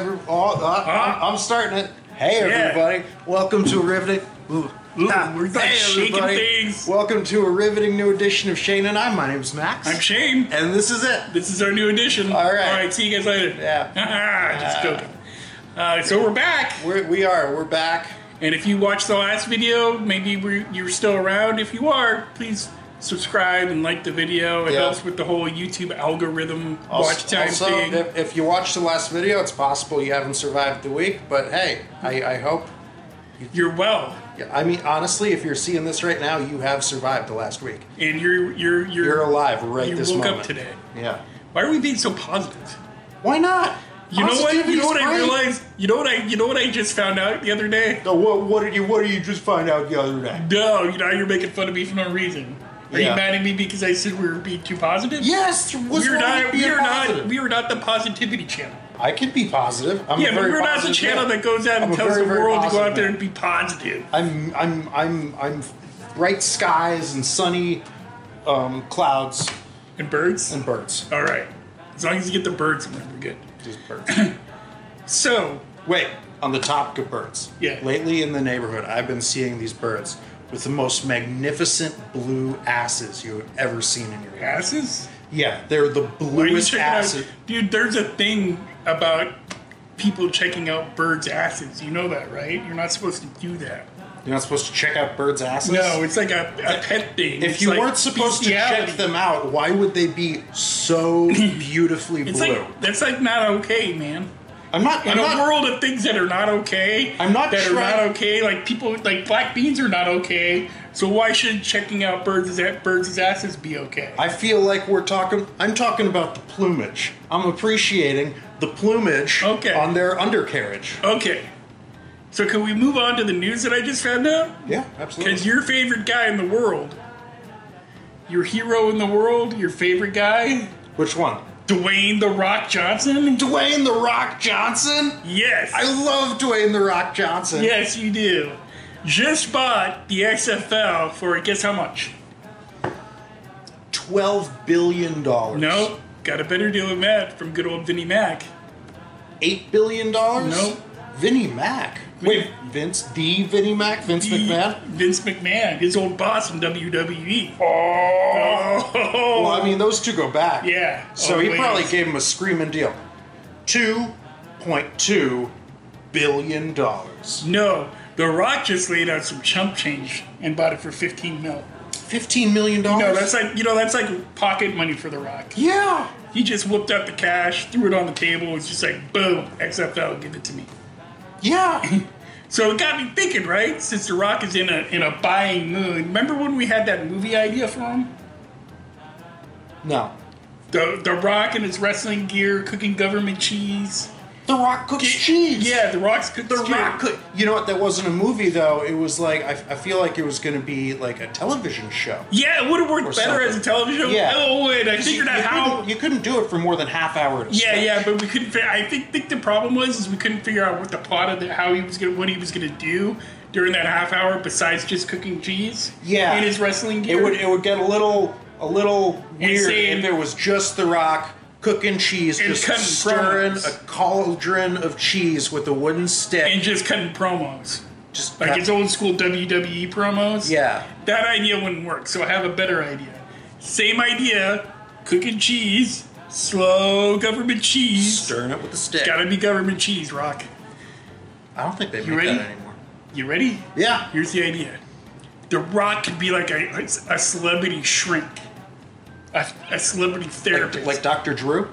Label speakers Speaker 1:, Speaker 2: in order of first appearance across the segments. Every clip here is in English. Speaker 1: Oh, I, I'm- I'm starting it. Hey,
Speaker 2: Yeah.
Speaker 1: everybody. Welcome to a riveting. Ooh,
Speaker 2: Ooh,
Speaker 1: ah,
Speaker 2: we're like shaking things.
Speaker 1: Welcome to a riveting new edition of Shane and I. My name's Max.
Speaker 2: I'm Shane.
Speaker 1: and this is it.
Speaker 2: This is our new edition.
Speaker 1: All right.
Speaker 2: All right. See you guys later. Ah,
Speaker 1: Yeah.
Speaker 2: Just joking. Uh, so we're back,
Speaker 1: We're, we are. We're back.
Speaker 2: and if you watched the last video, maybe we're, you're still around. If you are, please subscribe and like the video. It
Speaker 1: Yeah.
Speaker 2: helps with the whole YouTube algorithm watch time
Speaker 1: also,
Speaker 2: thing.
Speaker 1: If, if you watched the last video, it's possible you haven't survived the week. But hey, I, I hope.
Speaker 2: You're well,
Speaker 1: yeah, I mean, honestly, if you're seeing this right now, you have survived the last week.
Speaker 2: and you're you're you're,
Speaker 1: You're alive right
Speaker 2: you
Speaker 1: this
Speaker 2: woke
Speaker 1: moment.
Speaker 2: up today.
Speaker 1: Yeah.
Speaker 2: Why are we being so positive?
Speaker 1: Why not?
Speaker 2: You know what? You know what I
Speaker 1: Positivity's great.
Speaker 2: realized? You know what I? You know what I just found out the other day?
Speaker 1: So what, what did you what did you just find out the other day?
Speaker 2: No, you know you're making fun of me for no reason. Are
Speaker 1: Yeah.
Speaker 2: you mad at me because I said we were being too positive?
Speaker 1: Yes, what's
Speaker 2: we're
Speaker 1: wrong
Speaker 2: not.
Speaker 1: with being
Speaker 2: We're not.
Speaker 1: positive?
Speaker 2: We're not the positivity channel.
Speaker 1: I could be positive. I'm
Speaker 2: yeah,
Speaker 1: a
Speaker 2: but
Speaker 1: very
Speaker 2: we're not the
Speaker 1: positive
Speaker 2: channel
Speaker 1: man.
Speaker 2: that goes out and
Speaker 1: I'm a
Speaker 2: tells
Speaker 1: very,
Speaker 2: the
Speaker 1: very
Speaker 2: world to go
Speaker 1: positive
Speaker 2: out there
Speaker 1: man.
Speaker 2: and be positive.
Speaker 1: I'm I'm I'm I'm bright skies and sunny um, clouds
Speaker 2: And birds.
Speaker 1: and birds.
Speaker 2: All right. As long as you get the birds, in there, we're good.
Speaker 1: Just birds.
Speaker 2: So
Speaker 1: Wait, on the topic of birds.
Speaker 2: Yeah.
Speaker 1: Lately in the neighborhood, I've been seeing these birds with the most magnificent blue asses you have ever seen in your life.
Speaker 2: asses.
Speaker 1: Yeah, they're the
Speaker 2: Are you
Speaker 1: bluest
Speaker 2: checking
Speaker 1: asses.
Speaker 2: out, dude? There's a thing about people checking out birds' asses. You know that, right? You're not supposed to do that.
Speaker 1: You're not supposed to check out birds' asses.
Speaker 2: No, it's like a, a pet thing.
Speaker 1: If
Speaker 2: It's
Speaker 1: you
Speaker 2: like
Speaker 1: weren't supposed to check
Speaker 2: bestiality.
Speaker 1: them out, why would they be so beautifully
Speaker 2: it's
Speaker 1: blue?
Speaker 2: like that's like not okay, man.
Speaker 1: I'm not.
Speaker 2: In
Speaker 1: I'm
Speaker 2: a
Speaker 1: not.
Speaker 2: world of things that are not okay,
Speaker 1: I'm not
Speaker 2: that
Speaker 1: trying-
Speaker 2: are not okay. Like people, like black beans are not okay. So why should checking out birds' at birds' asses be okay?
Speaker 1: I feel like we're talking. I'm talking about the plumage. I'm appreciating the plumage
Speaker 2: Okay.
Speaker 1: on their undercarriage.
Speaker 2: okay, so can we move on to the news that I just found out?
Speaker 1: Yeah, absolutely.
Speaker 2: Because your favorite guy in the world, your hero in the world, your favorite guy,
Speaker 1: Which one?
Speaker 2: Dwayne the Rock Johnson.
Speaker 1: Dwayne the Rock Johnson.
Speaker 2: Yes,
Speaker 1: I love Dwayne the Rock Johnson.
Speaker 2: Yes, you do. Just bought the XFL for guess how much?
Speaker 1: Twelve billion dollars.
Speaker 2: No, got a better deal than that from good old Vinnie Mac.
Speaker 1: Eight billion dollars.
Speaker 2: Nope.
Speaker 1: Vinnie Mac. Wait, Vince the Vinnie Mac. Vince
Speaker 2: The-
Speaker 1: McMahon.
Speaker 2: Vince McMahon, his old boss in WWE. Oh,
Speaker 1: Well, I mean, those two go back.
Speaker 2: Yeah.
Speaker 1: So
Speaker 2: Oh,
Speaker 1: he
Speaker 2: wait.
Speaker 1: probably gave him a screaming deal. Two point two billion dollars.
Speaker 2: no. The Rock just laid out some chump change and bought it for 15 mil.
Speaker 1: Fifteen million dollars.
Speaker 2: No, that's like you know that's like pocket money for The Rock.
Speaker 1: yeah.
Speaker 2: He just whipped out the cash, threw it on the table, it's just like boom, XFL, give it to me.
Speaker 1: Yeah.
Speaker 2: So it got me thinking, right? Since The Rock is in a in a buying mood, remember when we had that movie idea for him?
Speaker 1: no.
Speaker 2: The The Rock in his wrestling gear, cooking government cheese.
Speaker 1: The Rock cooks cheese.
Speaker 2: Yeah, The Rock's cooked
Speaker 1: The Rock cook. You know what? That wasn't a movie though. It was like I, I feel like it was going to be like a television show.
Speaker 2: Yeah, it would have worked
Speaker 1: Or
Speaker 2: better
Speaker 1: something.
Speaker 2: as a television.
Speaker 1: Yeah.
Speaker 2: Oh, and I
Speaker 1: You,
Speaker 2: figured out
Speaker 1: you
Speaker 2: how.
Speaker 1: couldn't, you couldn't do it for more than half hour. at a
Speaker 2: Yeah,
Speaker 1: stretch.
Speaker 2: yeah, but we couldn't. fi- I think think the problem was is we couldn't figure out what the plot of the, how he was gonna what he was gonna do during that half hour besides just cooking cheese.
Speaker 1: Yeah.
Speaker 2: in his wrestling gear.
Speaker 1: It would it would get a little a little weird
Speaker 2: Insane.
Speaker 1: if it was just The Rock cooking cheese,
Speaker 2: And
Speaker 1: just
Speaker 2: cutting
Speaker 1: stirring
Speaker 2: promos.
Speaker 1: a cauldron of cheese with a wooden stick.
Speaker 2: and just cutting promos.
Speaker 1: just
Speaker 2: Like
Speaker 1: cut-
Speaker 2: his old school WWE promos.
Speaker 1: yeah,
Speaker 2: That idea wouldn't work, so I have a better idea. Same idea, cooking cheese, slow government cheese.
Speaker 1: stirring it with a stick.
Speaker 2: Gotta be government cheese, Rock.
Speaker 1: I don't think they
Speaker 2: You
Speaker 1: make that
Speaker 2: ready?
Speaker 1: anymore.
Speaker 2: You ready?
Speaker 1: Yeah,
Speaker 2: Here's the idea The Rock could be like a, a celebrity shrink, a, a celebrity therapist.
Speaker 1: like Dr. Drew,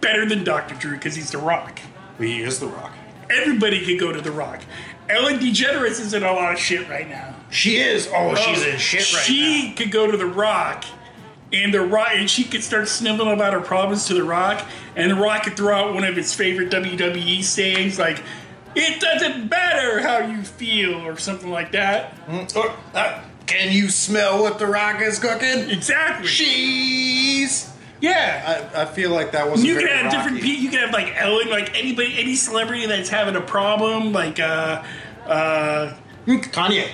Speaker 2: better than Dr. Drew because he's The Rock.
Speaker 1: he is The Rock.
Speaker 2: Everybody could go to The Rock. Ellen DeGeneres is in a lot of shit right now.
Speaker 1: She is. Oh, she's in shit right
Speaker 2: she could go to the Rock, and the Rock, and she could start sniveling about her problems to the Rock, and the Rock could throw out one of his favorite WWE sayings like, "It doesn't matter how you feel" or something like that.
Speaker 1: now. Oh, uh, can you smell what The Rock is cooking?
Speaker 2: Exactly.
Speaker 1: Cheese.
Speaker 2: yeah.
Speaker 1: I, I feel like that wasn't.
Speaker 2: you
Speaker 1: very
Speaker 2: could have different
Speaker 1: Rocky.
Speaker 2: people. You could have like Ellen, like anybody, any celebrity that's having a problem, like uh, uh,
Speaker 1: Mm, Kanye.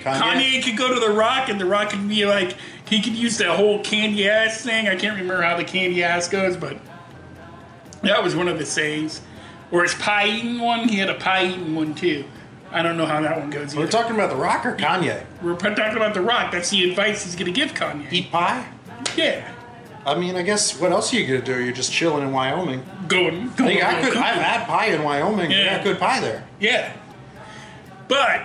Speaker 1: Kanye?
Speaker 2: Kanye could go to The Rock, and The Rock could be like, he could use that whole candy ass thing. I can't remember how the candy ass goes, but that was one of the sayings. or his pie eating one. He had a pie eating one too. I don't know how that one goes.
Speaker 1: We're
Speaker 2: either.
Speaker 1: talking about The Rock or Kanye?
Speaker 2: We're talking about The Rock. That's the advice he's going to give Kanye.
Speaker 1: Eat pie?
Speaker 2: Yeah.
Speaker 1: I mean, I guess what else are you gonna do? You're just chilling in Wyoming.
Speaker 2: Going.
Speaker 1: I
Speaker 2: going
Speaker 1: think I could. I've had pie in Wyoming. Yeah,
Speaker 2: Yeah.
Speaker 1: good pie there.
Speaker 2: Yeah. But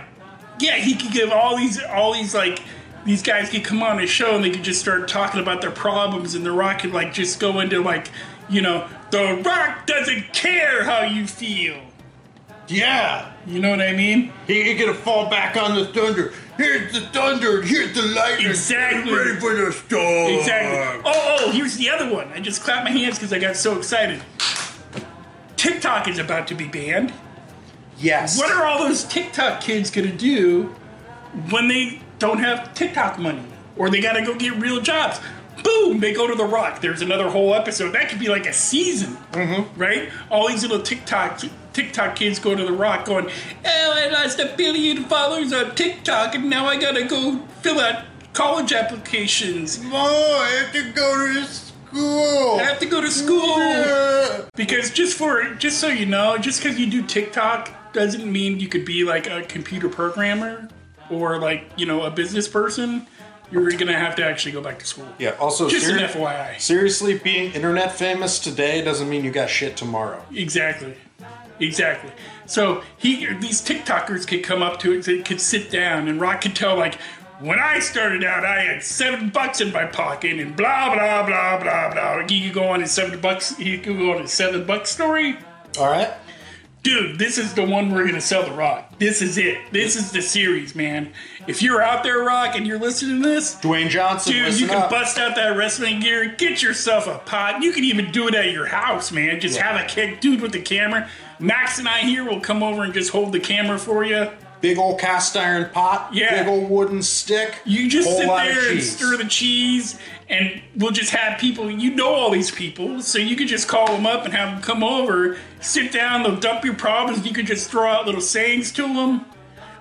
Speaker 2: yeah, he could give all these all these like these guys could come on his show and they could just start talking about their problems and the rock could like just go into like, you know, the rock doesn't care how you feel.
Speaker 1: Yeah,
Speaker 2: You know what I mean?
Speaker 1: he, he gonna fall back on the thunder. Here's the thunder. Here's the lightning.
Speaker 2: Exactly.
Speaker 1: Ready for the storm.
Speaker 2: Exactly. Oh, oh, here's the other one. I just clapped my hands because I got so excited. TikTok is about to be banned.
Speaker 1: Yes.
Speaker 2: What are all those TikTok kids gonna do when they don't have TikTok money or they gotta go get real jobs? Boom! They go to The Rock. There's another whole episode. That could be like a season, mm-hmm. right? All these little TikTok TikTok kids go to The Rock, going, "Oh, I lost a billion followers on TikTok, and now I gotta go fill out college applications.
Speaker 1: Oh, I have to go to school.
Speaker 2: I have to go to school."
Speaker 1: Yeah.
Speaker 2: Because just for just so you know, just because you do TikTok doesn't mean you could be like a computer programmer or like you know a business person. You're gonna have to actually go back to school.
Speaker 1: Yeah. Also,
Speaker 2: Just an
Speaker 1: seri-
Speaker 2: FYI.
Speaker 1: seriously, being internet famous today doesn't mean you got shit tomorrow.
Speaker 2: Exactly. Exactly. So he, these TikTokers could come up to it, they could sit down, and Rock could tell like, when I started out, I had seven bucks in my pocket, and blah blah blah blah blah. He could go on his seven bucks. He could go on his seven buck story.
Speaker 1: All right.
Speaker 2: dude, this is the one we're gonna sell the Rock. This is it. This is the series, man. If you're out there, Rock, and you're listening to this,
Speaker 1: Dwayne Johnson.
Speaker 2: dude,
Speaker 1: listen
Speaker 2: you can
Speaker 1: up.
Speaker 2: bust out that wrestling gear, get yourself a pot. You can even do it at your house, man. Just
Speaker 1: Yeah.
Speaker 2: have a kick, dude, with the camera. Max and I here will come over and just hold the camera for you.
Speaker 1: Big old cast iron pot.
Speaker 2: Yeah.
Speaker 1: Big old wooden stick.
Speaker 2: You just
Speaker 1: whole
Speaker 2: sit
Speaker 1: lot of
Speaker 2: there and
Speaker 1: cheese.
Speaker 2: stir the cheese, and we'll just have people. You know all these people, so you could just call them up and have them come over, sit down. They'll dump your problems. You could just throw out little sayings to them,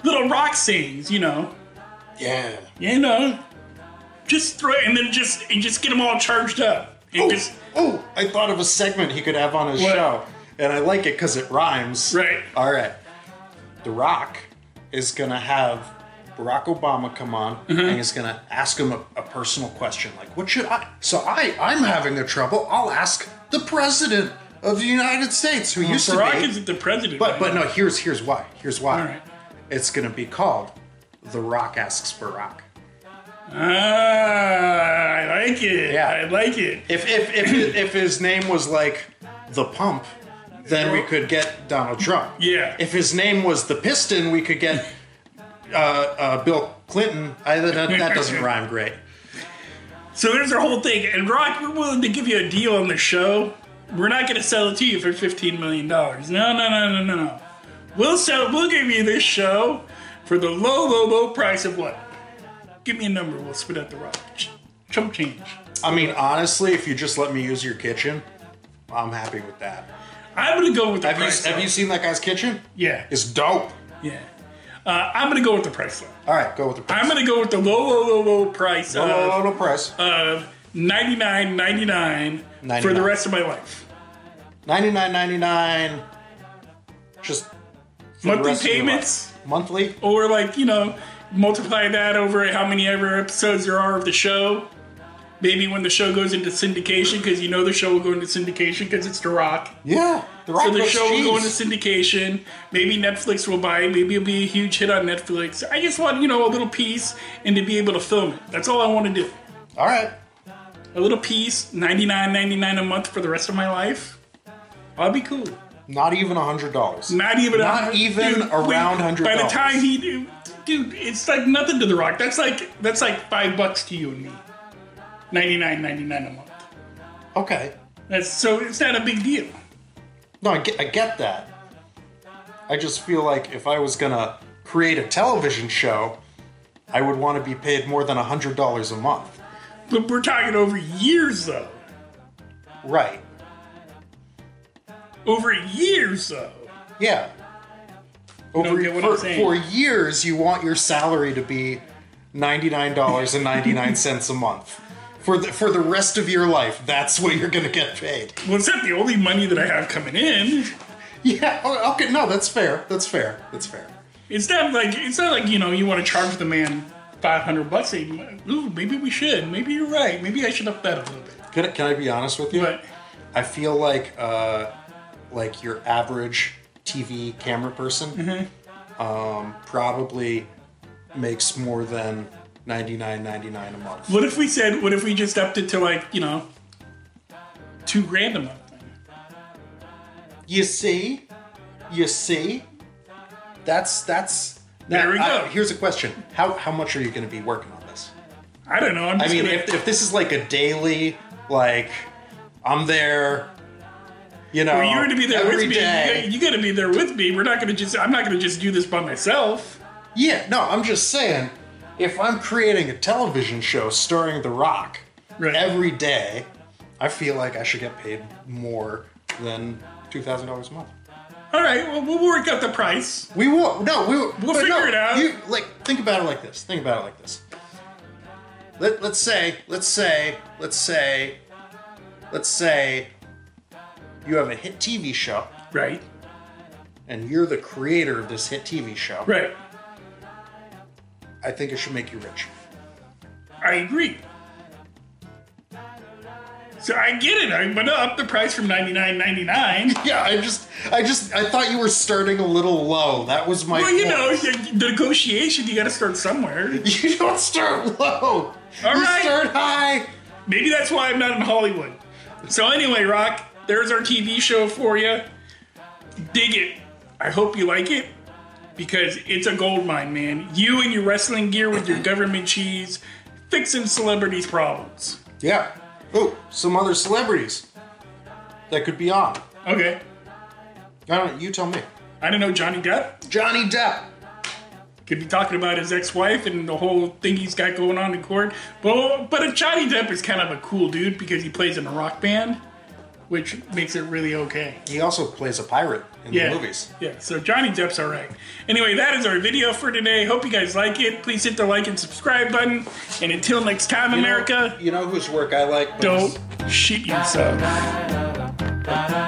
Speaker 2: little rock sayings, you know,
Speaker 1: Yeah.
Speaker 2: you know, just throw and then just and just get them all charged up and
Speaker 1: Oh,
Speaker 2: just
Speaker 1: oh, I thought of a segment he could have on his
Speaker 2: What?
Speaker 1: show, and I like it because it rhymes.
Speaker 2: Right.
Speaker 1: All right. The Rock is gonna have Barack Obama come on,
Speaker 2: Mm-hmm.
Speaker 1: and he's gonna ask him a, a personal question, like, "What should I?" So I, I'm having the trouble. I'll ask the president of the United States, who used
Speaker 2: Barack
Speaker 1: to be.
Speaker 2: isn't the president.
Speaker 1: but
Speaker 2: right
Speaker 1: but
Speaker 2: now.
Speaker 1: no, here's here's why. Here's why.
Speaker 2: All right.
Speaker 1: It's gonna be called "The Rock Asks Barack."
Speaker 2: ah, I like it.
Speaker 1: Yeah.
Speaker 2: I like it.
Speaker 1: If if if if his name was like the pump, then we could get Donald Trump.
Speaker 2: Yeah.
Speaker 1: If his name was the piston, we could get uh, uh, Bill Clinton. I, that, that doesn't rhyme great.
Speaker 2: So there's our whole thing. And Rock, we're willing to give you a deal on the show. We're not going to sell it to you for $15 million. No, no, no, no, no, no. We'll sell, we'll give you this show for the low, low, low price of what? Give me a number. We'll split out the rock. Ch- Chump change.
Speaker 1: I mean, honestly, if you just let me use your kitchen, I'm happy with that.
Speaker 2: I'm going to go with the
Speaker 1: Have
Speaker 2: price.
Speaker 1: you have
Speaker 2: though.
Speaker 1: you seen that guy's kitchen?
Speaker 2: yeah.
Speaker 1: It's dope.
Speaker 2: Yeah. Uh, I'm going to go with the price. Though.
Speaker 1: All right, go with the price.
Speaker 2: I'm uh, going to go with the low, low, low, low price
Speaker 1: Low, low,
Speaker 2: of,
Speaker 1: low, low price.
Speaker 2: of 99.99 for
Speaker 1: 99.
Speaker 2: the rest of my life.
Speaker 1: Ninety nine ninety nine. Just for the
Speaker 2: Monthly
Speaker 1: rest of your life.
Speaker 2: payments?
Speaker 1: Monthly.
Speaker 2: or like you know multiply that over how many ever episodes there are of the show maybe when the show goes into syndication because you know the show will go into syndication because it's the rock
Speaker 1: Yeah. The rock
Speaker 2: so the
Speaker 1: goes
Speaker 2: show will go into
Speaker 1: cheese.
Speaker 2: syndication maybe netflix will buy it maybe it'll be a huge hit on netflix i just want you know a little piece and to be able to film it that's all i want to do
Speaker 1: All right.
Speaker 2: a little piece 99.99 a month for the rest of my life i'll be cool
Speaker 1: Not even a hundred dollars.
Speaker 2: Not even.
Speaker 1: Not
Speaker 2: hun-
Speaker 1: even around $100.
Speaker 2: By the time he, dude, dude, it's like nothing to the Rock. That's like that's like five bucks to you and me. Ninety nine, ninety nine a month.
Speaker 1: Okay.
Speaker 2: That's so it's not a big deal.
Speaker 1: No, I get, I get that. I just feel like if I was gonna create a television show, I would want to be paid more than a hundred dollars a month.
Speaker 2: But we're talking over years though.
Speaker 1: Right.
Speaker 2: Over years though.
Speaker 1: Yeah. Over
Speaker 2: get what
Speaker 1: for,
Speaker 2: I'm saying.
Speaker 1: for years, you want your salary to be ninety-nine dollars and ninety-nine cents a month. For the, for the rest of your life, that's what you're gonna get paid.
Speaker 2: Well, it's not the only money that I have coming in.
Speaker 1: Yeah. oh, Okay. No, that's fair. That's fair. That's fair.
Speaker 2: It's not like it's not like you know you want to charge the man five hundred bucks. Ooh, maybe we should. Maybe you're right. Maybe I should up that a little bit.
Speaker 1: Can I, can I be honest with you?
Speaker 2: But
Speaker 1: I feel like uh, like your average TV camera person
Speaker 2: Mm-hmm.
Speaker 1: um, probably makes more than ninety nine ninety nine a month.
Speaker 2: what if we said? What if we just upped it to like you know two grand a month?
Speaker 1: You see, you see, that's that's. Now,
Speaker 2: There we
Speaker 1: I-
Speaker 2: go.
Speaker 1: here's a question: How how much are you going to be working on this?
Speaker 2: I don't know. I'm
Speaker 1: I
Speaker 2: just
Speaker 1: mean,
Speaker 2: gonna-
Speaker 1: if, if this is like a daily, like I'm there, you know,
Speaker 2: Well, you're going to be there
Speaker 1: every
Speaker 2: with me. You
Speaker 1: day.
Speaker 2: got- You got to be there with me. We're not going to just. I'm not going to just do this by myself.
Speaker 1: Yeah, no, I'm just saying, if I'm creating a television show starring The Rock
Speaker 2: Right.
Speaker 1: every day, I feel like I should get paid more than two thousand dollars a month.
Speaker 2: All right. Well, we'll work out the price.
Speaker 1: We will. No, we will. but
Speaker 2: figure
Speaker 1: no,
Speaker 2: it out.
Speaker 1: You, like, think about it like this. Think about it like this. Let, let's say, let's say, let's say, let's say, you have a hit TV show,
Speaker 2: Right.
Speaker 1: and you're the creator of this hit TV show.
Speaker 2: Right.
Speaker 1: I think it should make you rich.
Speaker 2: I agree. So I get it. I went up the price from ninety nine ninety nine.
Speaker 1: Yeah, I just, I just, I thought you were starting a little low. That was my.
Speaker 2: Well, you
Speaker 1: point.
Speaker 2: know, the the negotiation. You got to start somewhere.
Speaker 1: you don't start low.
Speaker 2: All
Speaker 1: you
Speaker 2: right.
Speaker 1: start high.
Speaker 2: Maybe that's why I'm not in Hollywood. So anyway, Rock, there's our TV show for you. Dig it. I hope you like it because it's a gold mine, man. You and your wrestling gear with your government cheese, fixing celebrities' problems.
Speaker 1: Yeah. Oh, some other celebrities that could be on.
Speaker 2: Okay.
Speaker 1: I don't. know, You tell me.
Speaker 2: I don't know Johnny Depp.
Speaker 1: Johnny Depp.
Speaker 2: Could be talking about his ex-wife and the whole thing he's got going on in court. But but Johnny Depp is kind of a cool dude because he plays in a rock band, which makes it really okay.
Speaker 1: He also plays a pirate in
Speaker 2: yeah.
Speaker 1: the movies.
Speaker 2: Yeah, so Johnny Depp's all right. Anyway, that is our video for today. Hope you guys like it. Please hit the like and subscribe button. And until next time,
Speaker 1: You know-
Speaker 2: America,
Speaker 1: You know whose work I like? but it's-
Speaker 2: don't shit yourself.
Speaker 3: da da da